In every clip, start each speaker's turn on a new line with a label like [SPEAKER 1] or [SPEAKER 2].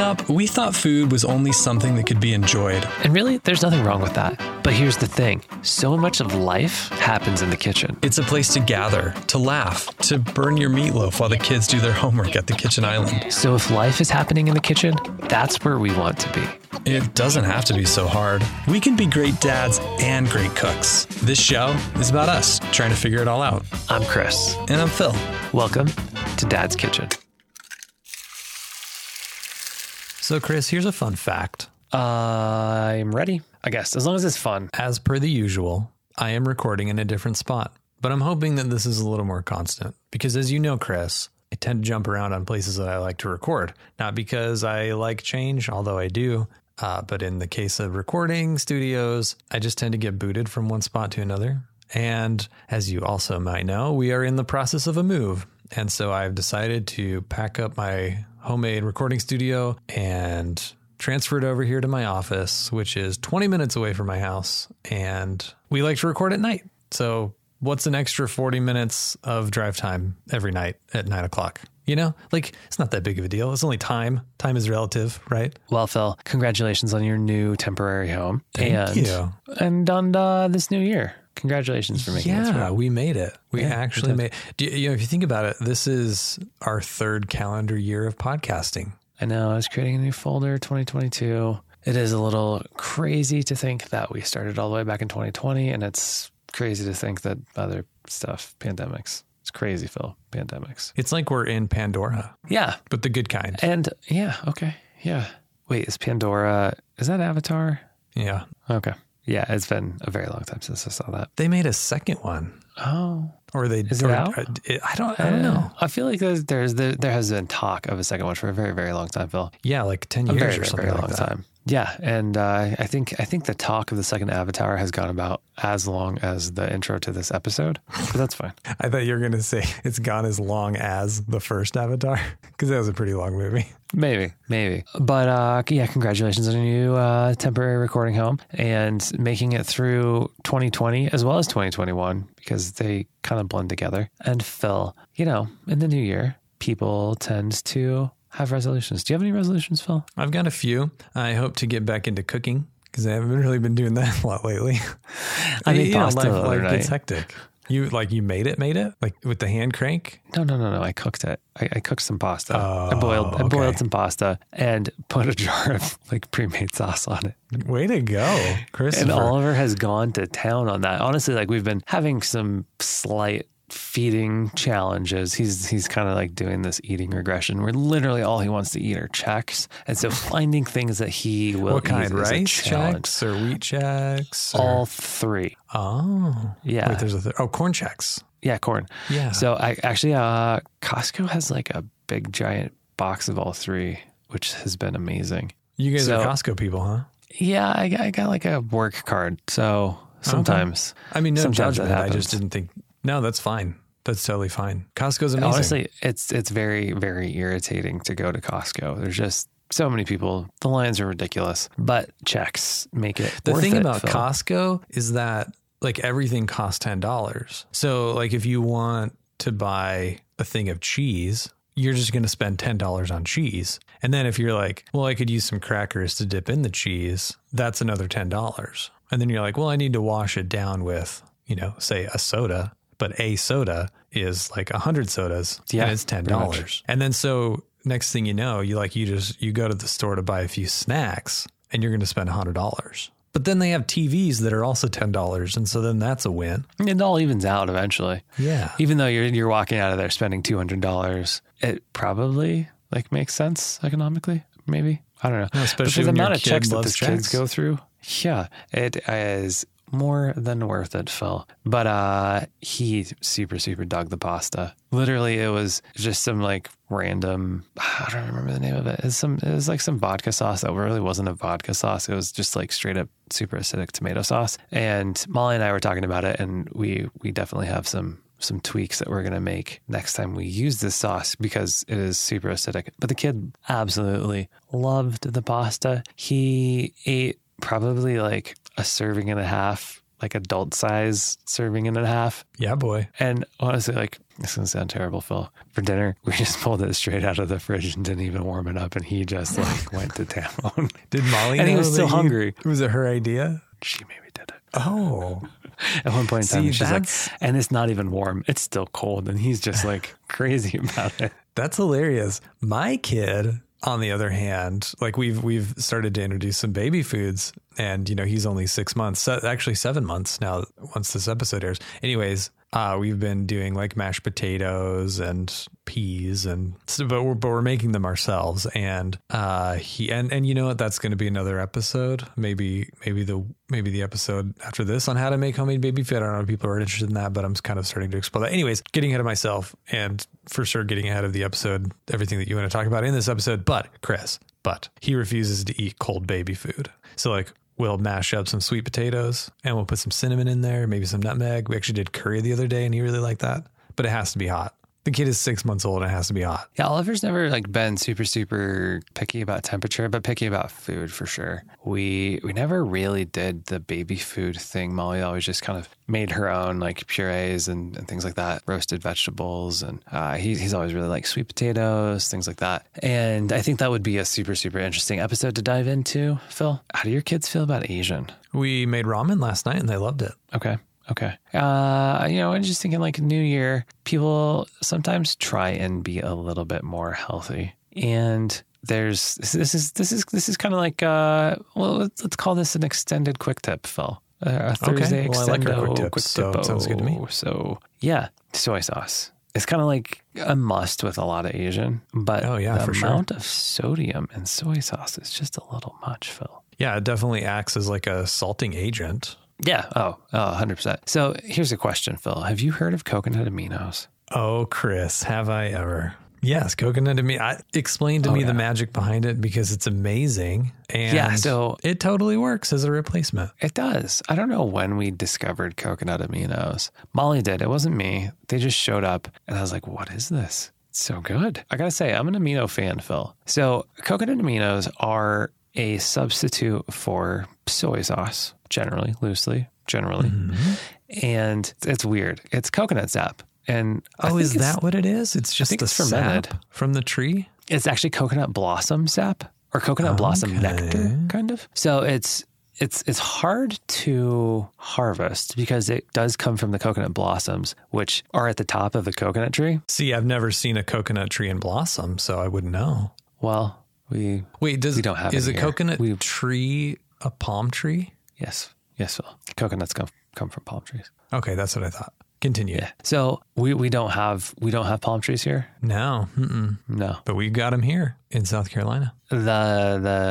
[SPEAKER 1] up, we thought food was only something that could be enjoyed.
[SPEAKER 2] And really, there's nothing wrong with that. But here's the thing so much of life happens in the kitchen.
[SPEAKER 1] It's a place to gather, to laugh, to burn your meatloaf while the kids do their homework at the kitchen island.
[SPEAKER 2] So if life is happening in the kitchen, that's where we want to be.
[SPEAKER 1] It doesn't have to be so hard. We can be great dads and great cooks. This show is about us trying to figure it all out.
[SPEAKER 2] I'm Chris.
[SPEAKER 1] And I'm Phil.
[SPEAKER 2] Welcome to Dad's Kitchen.
[SPEAKER 3] So, Chris, here's a fun fact.
[SPEAKER 2] I'm ready, I guess, as long as it's fun.
[SPEAKER 3] As per the usual, I am recording in a different spot, but I'm hoping that this is a little more constant because, as you know, Chris, I tend to jump around on places that I like to record. Not because I like change, although I do, uh, but in the case of recording studios, I just tend to get booted from one spot to another. And as you also might know, we are in the process of a move. And so I've decided to pack up my homemade recording studio and transferred over here to my office, which is 20 minutes away from my house. And we like to record at night. So, what's an extra 40 minutes of drive time every night at nine o'clock? You know, like it's not that big of a deal. It's only time. Time is relative, right?
[SPEAKER 2] Well, Phil, congratulations on your new temporary home.
[SPEAKER 3] Thank
[SPEAKER 2] and,
[SPEAKER 3] you.
[SPEAKER 2] And on uh, this new year. Congratulations for making it
[SPEAKER 3] Yeah,
[SPEAKER 2] through.
[SPEAKER 3] we made it. We
[SPEAKER 2] Yeah, we
[SPEAKER 3] actually
[SPEAKER 2] did.
[SPEAKER 3] made. Do you, you know, if you think about it, this is our third calendar year of podcasting.
[SPEAKER 2] I know. I was creating a new folder, 2022. It is a little crazy to think that we started all the way back in 2020, and it's crazy to think that other stuff, pandemics. It's crazy, Phil. Pandemics.
[SPEAKER 3] It's like we're in Pandora,
[SPEAKER 2] Yeah.
[SPEAKER 3] but the good kind.
[SPEAKER 2] And yeah, okay. Yeah. Wait, is Pandora, is that Avatar?
[SPEAKER 3] Yeah,
[SPEAKER 2] Okay. Yeah, it's been a very long time since I saw that.
[SPEAKER 3] they made a second one,
[SPEAKER 2] Oh,
[SPEAKER 3] or they.
[SPEAKER 2] Is it
[SPEAKER 3] or-
[SPEAKER 2] out?
[SPEAKER 3] uh, d- I don't. I don't know.
[SPEAKER 2] I feel like there's, there's there, there has been talk of a second one for a very very long time, Phil.
[SPEAKER 3] Yeah, like ten
[SPEAKER 2] A
[SPEAKER 3] years or
[SPEAKER 2] very very,
[SPEAKER 3] something
[SPEAKER 2] very
[SPEAKER 3] like
[SPEAKER 2] long
[SPEAKER 3] that.
[SPEAKER 2] time. Yeah, and uh, I think I think the talk of the second Avatar has gone about as long as the intro to this episode, but that's fine.
[SPEAKER 3] I thought you were gonna say it's gone as long as the first Avatar because that was a pretty long movie.
[SPEAKER 2] Maybe, maybe. But uh, yeah, congratulations on your new uh, temporary recording home and making it through 2020 as well as 2021 because they kind of blend together. And Phil, you know, in the new year, people tend to have resolutions. Do you have any resolutions, Phil?
[SPEAKER 3] I've got a few. I hope to get back into cooking because I haven't really been doing that a lot lately.
[SPEAKER 2] I made
[SPEAKER 3] You know,
[SPEAKER 2] pasta
[SPEAKER 3] life-
[SPEAKER 2] the other
[SPEAKER 3] life gets
[SPEAKER 2] night.
[SPEAKER 3] hectic. You like you made it, made it like with the hand crank.
[SPEAKER 2] No, no, no, no. I cooked it. I, I cooked some pasta. I boiled. I
[SPEAKER 3] Oh, okay.
[SPEAKER 2] boiled some pasta and put a jar of like pre-made sauce on it.
[SPEAKER 3] Way to go,
[SPEAKER 2] And
[SPEAKER 3] Christopher!
[SPEAKER 2] Oliver has gone to town on that. Honestly, like we've been having some slight feeding challenges. He's he's kind of like doing this eating regression where literally all he wants to eat are checks. And so finding things that he will
[SPEAKER 3] what kind?
[SPEAKER 2] eat is a
[SPEAKER 3] Rice
[SPEAKER 2] challenge.
[SPEAKER 3] checks or wheat checks? Or,
[SPEAKER 2] All three.
[SPEAKER 3] oh,
[SPEAKER 2] Yeah.
[SPEAKER 3] Wait, there's a th- oh corn checks.
[SPEAKER 2] Yeah, corn.
[SPEAKER 3] Yeah.
[SPEAKER 2] So I actually uh Costco has like a big giant box of all three, which has been amazing.
[SPEAKER 3] you guys are
[SPEAKER 2] so-
[SPEAKER 3] Costco people, huh?
[SPEAKER 2] Yeah, I got, I got like a work card. So
[SPEAKER 3] Uh-huh.
[SPEAKER 2] sometimes
[SPEAKER 3] I mean, no
[SPEAKER 2] Sometimes that
[SPEAKER 3] judgment. I
[SPEAKER 2] happens.
[SPEAKER 3] just didn't think. No, that's fine. That's totally fine. Costco's amazing.
[SPEAKER 2] honestly it's it's very very irritating to go to Costco. There's just so many people. The lines are ridiculous, but checks make it
[SPEAKER 3] The
[SPEAKER 2] worth
[SPEAKER 3] thing
[SPEAKER 2] it,
[SPEAKER 3] about
[SPEAKER 2] Phil.
[SPEAKER 3] Costco is that like everything costs ten dollars. So like if you want to buy a thing of cheese, you're just going to spend ten dollars on cheese. And then if you're like, well, I could use some crackers to dip in the cheese, that's another ten dollars. And then you're like, well, I need to wash it down with you know, say a soda. But a soda is like a hundred sodas,
[SPEAKER 2] Yeah,
[SPEAKER 3] and it's ten
[SPEAKER 2] pretty much.
[SPEAKER 3] dollars. And then so next thing you know, you like you just you go to the store to buy a few snacks and you're going to spend $100. But then they have TVs that are also $10 and so then that's a win.
[SPEAKER 2] it all evens out eventually.
[SPEAKER 3] Yeah.
[SPEAKER 2] Even though you're you're walking out of there spending two hundred dollars, it probably like makes sense economically. Maybe I don't know. But
[SPEAKER 3] especially
[SPEAKER 2] for the
[SPEAKER 3] when your
[SPEAKER 2] amount of
[SPEAKER 3] kid
[SPEAKER 2] checks that
[SPEAKER 3] loves
[SPEAKER 2] the kids
[SPEAKER 3] checks.
[SPEAKER 2] go through, yeah, it is more than worth it, Phil. But uh, he super super dug the pasta. Literally, it was just some like random. I don't remember the name of it. It's some. It was like some vodka sauce that really wasn't a vodka sauce. It was just like straight up super acidic tomato sauce. And Molly and I were talking about it, and we we definitely have some some tweaks that we're going to make next time we use this sauce because it is super acidic. But the kid absolutely loved the pasta. He ate probably like a serving and a half, like adult size serving and a half.
[SPEAKER 3] Yeah, boy.
[SPEAKER 2] And honestly, like this is gonna sound terrible, Phil. For dinner, we just pulled it straight out of the fridge and didn't even warm it up, and he just like went to town.
[SPEAKER 3] Did Molly?
[SPEAKER 2] And he
[SPEAKER 3] know
[SPEAKER 2] was
[SPEAKER 3] that
[SPEAKER 2] still
[SPEAKER 3] you-
[SPEAKER 2] hungry.
[SPEAKER 3] Was it her idea?
[SPEAKER 2] she maybe did it.
[SPEAKER 3] Oh,
[SPEAKER 2] At one point in time,
[SPEAKER 3] See,
[SPEAKER 2] she's like,
[SPEAKER 3] that's-
[SPEAKER 2] and it's not even warm. It's still cold. And he's just like crazy about it.
[SPEAKER 3] that's hilarious. My kid, on the other hand, like we've we've started to introduce some baby foods, and you know he's only six months, se- actually seven months now. Once this episode airs, anyways, uh, we've been doing like mashed potatoes and peas, and so- but we're but we're making them ourselves. And uh, he and and you know what? That's going to be another episode. Maybe maybe the maybe the episode after this on how to make homemade baby food. I don't know if people are interested in that, but I'm kind of starting to explore that. Anyways, getting ahead of myself and for sure getting ahead of the episode, everything that you want to talk about in this episode. But Chris, but he refuses to eat cold baby food. So like we'll mash up some sweet potatoes and we'll put some cinnamon in there, maybe some nutmeg. We actually did curry the other day and he really liked that, but it has to be hot. The kid is six months old and it has to be hot.
[SPEAKER 2] Yeah, Oliver's never like been super, super picky about temperature, but picky about food for sure. We we never really did the baby food thing. Molly always just kind of made her own like purees and, and things like that, roasted vegetables, and uh, he, he's always really like sweet potatoes, things like that. And I think that would be a super, super interesting episode to dive into. Phil, how do your kids feel about Asian?
[SPEAKER 3] We made ramen last night and they loved it.
[SPEAKER 2] Okay. Okay. Uh, you know, I'm just thinking like New Year, people sometimes try and be a little bit more healthy. And there's this is this is this is kind of like uh well let's, let's call this an extended quick tip, Phil. Uh, a Thursday
[SPEAKER 3] Well, I like our
[SPEAKER 2] extendo
[SPEAKER 3] quick tips, so it sounds good to me.
[SPEAKER 2] tippo. So yeah, soy sauce. It's kind of like a must with a lot of Asian, but
[SPEAKER 3] Oh, yeah,
[SPEAKER 2] the
[SPEAKER 3] for sure.
[SPEAKER 2] amount of sodium in soy sauce is just a little much, Phil.
[SPEAKER 3] Yeah, it definitely acts as like a salting agent.
[SPEAKER 2] Yeah. Oh, oh, 100%. So here's a question, Phil. Have you heard of coconut aminos?
[SPEAKER 3] Oh, Chris, have I ever? Yes, coconut to me. I explain to me
[SPEAKER 2] Oh, yeah.
[SPEAKER 3] the magic behind it because it's amazing. And
[SPEAKER 2] Yeah, so-
[SPEAKER 3] it totally works as a replacement.
[SPEAKER 2] It does. I don't know when we discovered coconut aminos. Molly did. It wasn't me. They just showed up and I was like, what is this? It's so good. I got to say, I'm an amino fan, Phil. So coconut aminos are a substitute for soy sauce, generally, loosely, generally.
[SPEAKER 3] Mm-hmm.
[SPEAKER 2] And it's weird. It's coconut sap. And I
[SPEAKER 3] Oh,
[SPEAKER 2] think
[SPEAKER 3] is
[SPEAKER 2] it's-
[SPEAKER 3] that what it is? It's just
[SPEAKER 2] think
[SPEAKER 3] the
[SPEAKER 2] it's fermented.
[SPEAKER 3] sap from the tree.
[SPEAKER 2] it's actually coconut blossom sap or coconut blossom nectar kind of so it's it's it's hard to harvest because it does come from the coconut blossoms which are at the top of the coconut tree
[SPEAKER 3] See, I've never seen a coconut tree in blossom, so I wouldn't know.
[SPEAKER 2] well we
[SPEAKER 3] Wait, does
[SPEAKER 2] We don't have
[SPEAKER 3] is
[SPEAKER 2] it
[SPEAKER 3] a
[SPEAKER 2] here.
[SPEAKER 3] coconut
[SPEAKER 2] We-
[SPEAKER 3] tree a palm tree?
[SPEAKER 2] yes yes Phil. coconuts come come from palm trees
[SPEAKER 3] Okay, that's what I thought. Continue.
[SPEAKER 2] so we we don't have we don't have palm trees here
[SPEAKER 3] No, mm-mm.
[SPEAKER 2] no
[SPEAKER 3] but we've got them here in South Carolina.
[SPEAKER 2] the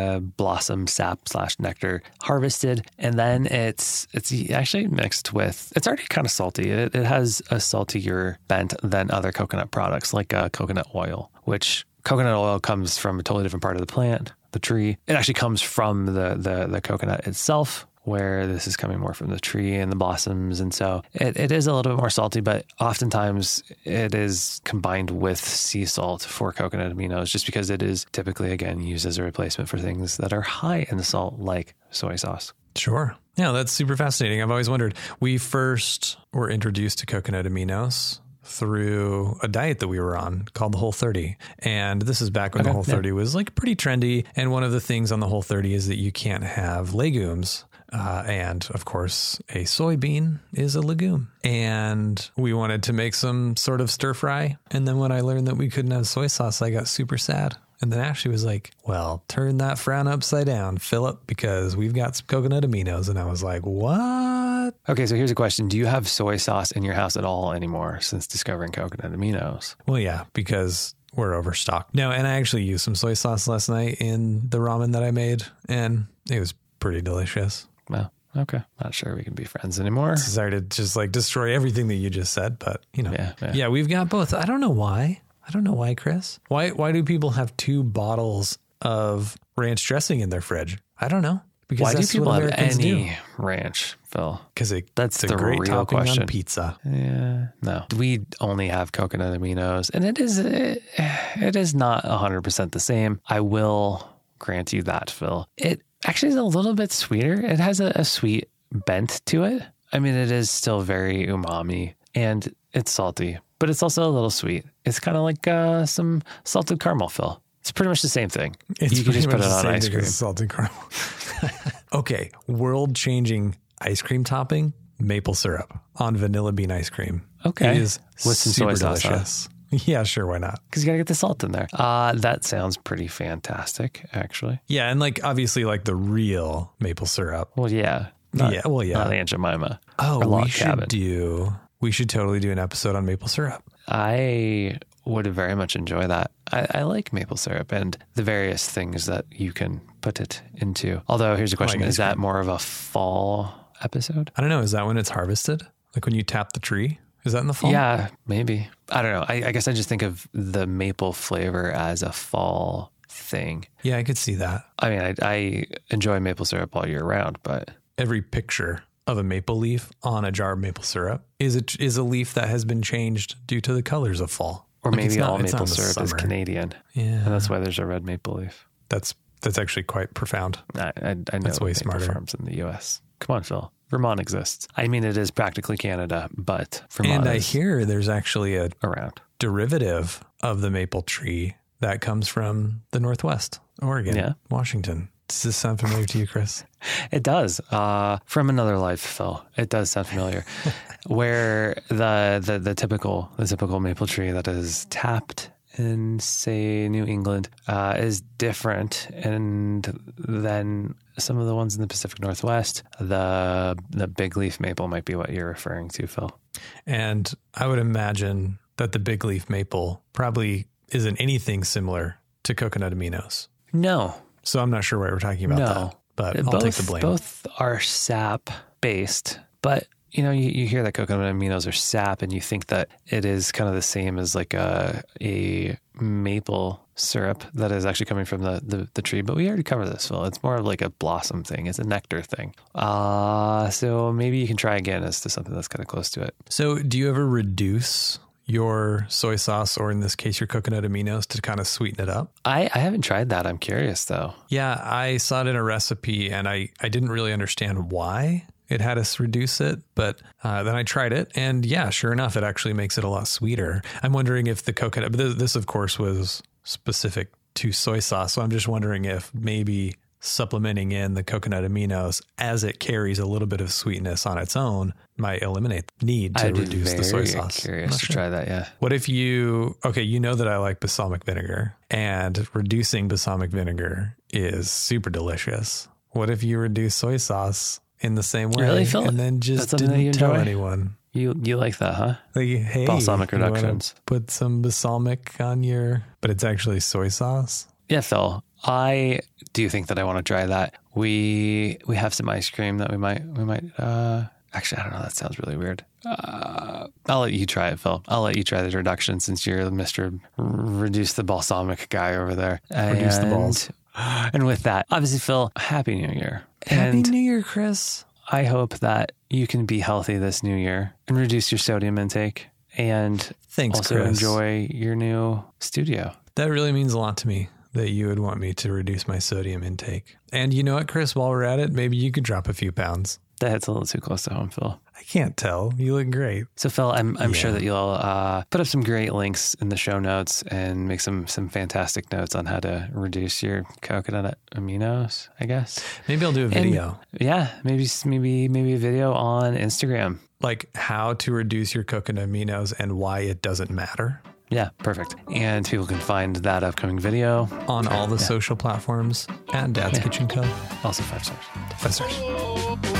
[SPEAKER 2] the blossom sap slash nectar harvested, and then it's it's actually mixed with. It's already kind of salty. It, it has a saltier bent than other coconut products, like uh, coconut oil, which coconut oil comes from a totally different part of the plant, the tree. It actually comes from the the, the coconut itself. Where this is coming more from the tree and the blossoms. And so it, it is a little bit more salty, but oftentimes it is combined with sea salt for coconut aminos just because it is typically, again, used as a replacement for things that are high in salt, like soy sauce.
[SPEAKER 3] Sure. Yeah, that's super fascinating. I've always wondered. We first were introduced to coconut aminos through a diet that we were on called the Whole 30. And this is back when the Whole 30 was like pretty trendy. And one of the things on the Whole 30 is that you can't have legumes. Uh, and of course, a soybean is a legume. And we wanted to make some sort of stir fry. And then when I learned that we couldn't have soy sauce, I got super sad. And then Ashley was like, Well, turn that frown upside down, Philip, because we've got some coconut aminos. And I was like, What?
[SPEAKER 2] Okay, so here's a question Do you have soy sauce in your house at all anymore since discovering coconut aminos?
[SPEAKER 3] Well, yeah, because we're overstocked. No, and I actually used some soy sauce last night in the ramen that I made, and it was pretty delicious.
[SPEAKER 2] Well, okay. Not sure we can be friends anymore.
[SPEAKER 3] Sorry to just like destroy everything that you just said, but you know,
[SPEAKER 2] Yeah, yeah.
[SPEAKER 3] we've got both. I don't know why. I don't know why, Chris. Why? Why do people have two bottles of ranch dressing in their fridge? I don't know. Because
[SPEAKER 2] Why do
[SPEAKER 3] that's
[SPEAKER 2] people
[SPEAKER 3] what
[SPEAKER 2] have
[SPEAKER 3] Americans do.
[SPEAKER 2] any ranch, Phil?
[SPEAKER 3] because it,
[SPEAKER 2] That's
[SPEAKER 3] it's a
[SPEAKER 2] the
[SPEAKER 3] great
[SPEAKER 2] real
[SPEAKER 3] topping
[SPEAKER 2] question.
[SPEAKER 3] on pizza.
[SPEAKER 2] Yeah, no. We only have coconut aminos, and it is it, it is not hundred percent the same. I will grant you that, Phil. It actually is a little bit sweeter. It has a, a sweet bent to it. I mean, it is still very umami and it's salty, but it's also a little sweet. It's kind of like uh, some salted caramel fill. It's pretty much the same thing.
[SPEAKER 3] It's
[SPEAKER 2] you can
[SPEAKER 3] pretty
[SPEAKER 2] just put
[SPEAKER 3] much
[SPEAKER 2] it
[SPEAKER 3] the
[SPEAKER 2] on
[SPEAKER 3] same
[SPEAKER 2] ice
[SPEAKER 3] thing
[SPEAKER 2] cream.
[SPEAKER 3] as Salted caramel. okay, world changing ice cream topping: maple syrup on vanilla bean ice cream.
[SPEAKER 2] Okay.
[SPEAKER 3] it is
[SPEAKER 2] With some soy
[SPEAKER 3] super
[SPEAKER 2] sauce on it.
[SPEAKER 3] delicious. Yeah, sure, why not?
[SPEAKER 2] because you got to get the salt in there. Uh, that sounds pretty fantastic, actually.
[SPEAKER 3] Yeah, and like obviously, like the real maple syrup.
[SPEAKER 2] Well, yeah.
[SPEAKER 3] yeah, well, yeah.
[SPEAKER 2] Not Aunt Jemima.
[SPEAKER 3] oh,
[SPEAKER 2] or log
[SPEAKER 3] we should
[SPEAKER 2] cabin.
[SPEAKER 3] do. We should totally do an episode on maple syrup.
[SPEAKER 2] I would very much enjoy that. I, I like maple syrup and the various things that you can put it into. Although, here's a question
[SPEAKER 3] Like
[SPEAKER 2] Is that more of a fall episode?
[SPEAKER 3] I don't know. Is that when it's harvested? Like when you tap the tree? Is that in the fall?
[SPEAKER 2] Yeah, maybe. I don't know. I, I guess I just think of the maple flavor as a fall thing.
[SPEAKER 3] Yeah, I could see that.
[SPEAKER 2] I mean, I, I enjoy maple syrup all year round, but
[SPEAKER 3] Every picture of a maple leaf on a jar of maple syrup is a, is a leaf that has been changed due to the colors of fall.
[SPEAKER 2] or
[SPEAKER 3] Like, it's
[SPEAKER 2] maybe
[SPEAKER 3] not-
[SPEAKER 2] all
[SPEAKER 3] it's not
[SPEAKER 2] maple
[SPEAKER 3] in the
[SPEAKER 2] syrup is
[SPEAKER 3] summer. Uh-huh.
[SPEAKER 2] Canadian, and
[SPEAKER 3] Yeah,
[SPEAKER 2] that's why there's a red maple leaf.
[SPEAKER 3] that's that's actually quite profound.
[SPEAKER 2] I, I, I know
[SPEAKER 3] That's way
[SPEAKER 2] maple
[SPEAKER 3] smarter.
[SPEAKER 2] farms in the U.S. Come on, Phil. Vermont exists. I mean, it is practically Canada, but Vermont
[SPEAKER 3] And I
[SPEAKER 2] is
[SPEAKER 3] hear there's actually a
[SPEAKER 2] around.
[SPEAKER 3] derivative of the maple tree that comes from the Northwest, Oregon,
[SPEAKER 2] Yeah.
[SPEAKER 3] Washington. Does this sound familiar to you, Chris?
[SPEAKER 2] It does. Uh, from another life, Phil. It does sound familiar. Where the, the the typical the typical maple tree that is tapped in say New England uh, is different and than some of the ones in the Pacific Northwest. The the big leaf maple might be what you're referring to, Phil.
[SPEAKER 3] And I would imagine that the big leaf maple probably isn't anything similar to coconut aminos.
[SPEAKER 2] No,
[SPEAKER 3] So I'm not sure why we're talking about
[SPEAKER 2] No.
[SPEAKER 3] that, but
[SPEAKER 2] Uh,
[SPEAKER 3] I'll take the blame.
[SPEAKER 2] Both are sap based, but you know, you, you hear that coconut aminos are sap, and you think that it is kind of the same as like a a maple syrup that is actually coming from the, the, the tree. But we already covered this, Phil. It's more of like a blossom thing. It's a nectar thing. Uh so maybe you can try again as to something that's kind of close to it.
[SPEAKER 3] So do you ever reduce your soy sauce or in this case your coconut aminos to kind of sweeten it up?
[SPEAKER 2] I, I haven't tried that. I'm curious though.
[SPEAKER 3] Yeah, I saw it in a recipe and I, I didn't really understand why it had us reduce it, but uh, then I tried it and yeah, sure enough, it actually makes it a lot sweeter. I'm wondering if the coconut, but this, this of course was specific to soy sauce. So I'm just wondering if maybe supplementing in the coconut aminos as it carries a little bit of sweetness on its own might eliminate the need to
[SPEAKER 2] I'd be
[SPEAKER 3] reduce the soy
[SPEAKER 2] very
[SPEAKER 3] sauce.
[SPEAKER 2] Curious
[SPEAKER 3] Not
[SPEAKER 2] to
[SPEAKER 3] sure.
[SPEAKER 2] try that. Yeah.
[SPEAKER 3] What if you okay, you know that I like balsamic vinegar and reducing balsamic vinegar is super delicious. What if you reduce soy sauce in the same way
[SPEAKER 2] Really, Phil?
[SPEAKER 3] and then just
[SPEAKER 2] That's something that you
[SPEAKER 3] didn't tell
[SPEAKER 2] enjoy?
[SPEAKER 3] anyone?
[SPEAKER 2] You you like that, huh?
[SPEAKER 3] Like, hey,
[SPEAKER 2] Balsamic
[SPEAKER 3] you wanna
[SPEAKER 2] reductions.
[SPEAKER 3] Put some balsamic on your but it's actually soy sauce.
[SPEAKER 2] Yeah, Phil. I do think that I want to try that. We we have some ice cream that we might we might uh actually I don't know, that sounds really weird. Uh, I'll let you try it, Phil. I'll let you try the reduction since you're Mr. R- Reduce the balsamic guy over there.
[SPEAKER 3] Reduce the balls.
[SPEAKER 2] And- And with that, obviously Phil, happy new year. and
[SPEAKER 3] Happy New Year, Chris.
[SPEAKER 2] I hope that you can be healthy this new year and reduce your sodium intake and
[SPEAKER 3] Thanks,
[SPEAKER 2] also
[SPEAKER 3] Chris.
[SPEAKER 2] enjoy your new studio.
[SPEAKER 3] That really means a lot to me that you would want me to reduce my sodium intake. And you know what, Chris, while we're at it, maybe you could drop a few pounds.
[SPEAKER 2] That's a little too close to home, Phil.
[SPEAKER 3] I can't tell. You look great.
[SPEAKER 2] So Phil, I'm I'm sure
[SPEAKER 3] Yeah.
[SPEAKER 2] that you'll uh, put up some great links in the show notes and make some some fantastic notes on how to reduce your coconut aminos. I guess.
[SPEAKER 3] Maybe I'll do a video.
[SPEAKER 2] Yeah, maybe maybe maybe a video on Instagram.
[SPEAKER 3] like how to reduce your coconut aminos and why it doesn't matter
[SPEAKER 2] Yeah, perfect. And people can find that upcoming video.
[SPEAKER 3] on all the social platforms at Dad's Kitchen Co.
[SPEAKER 2] Also five stars.
[SPEAKER 3] Professors.
[SPEAKER 4] Oh,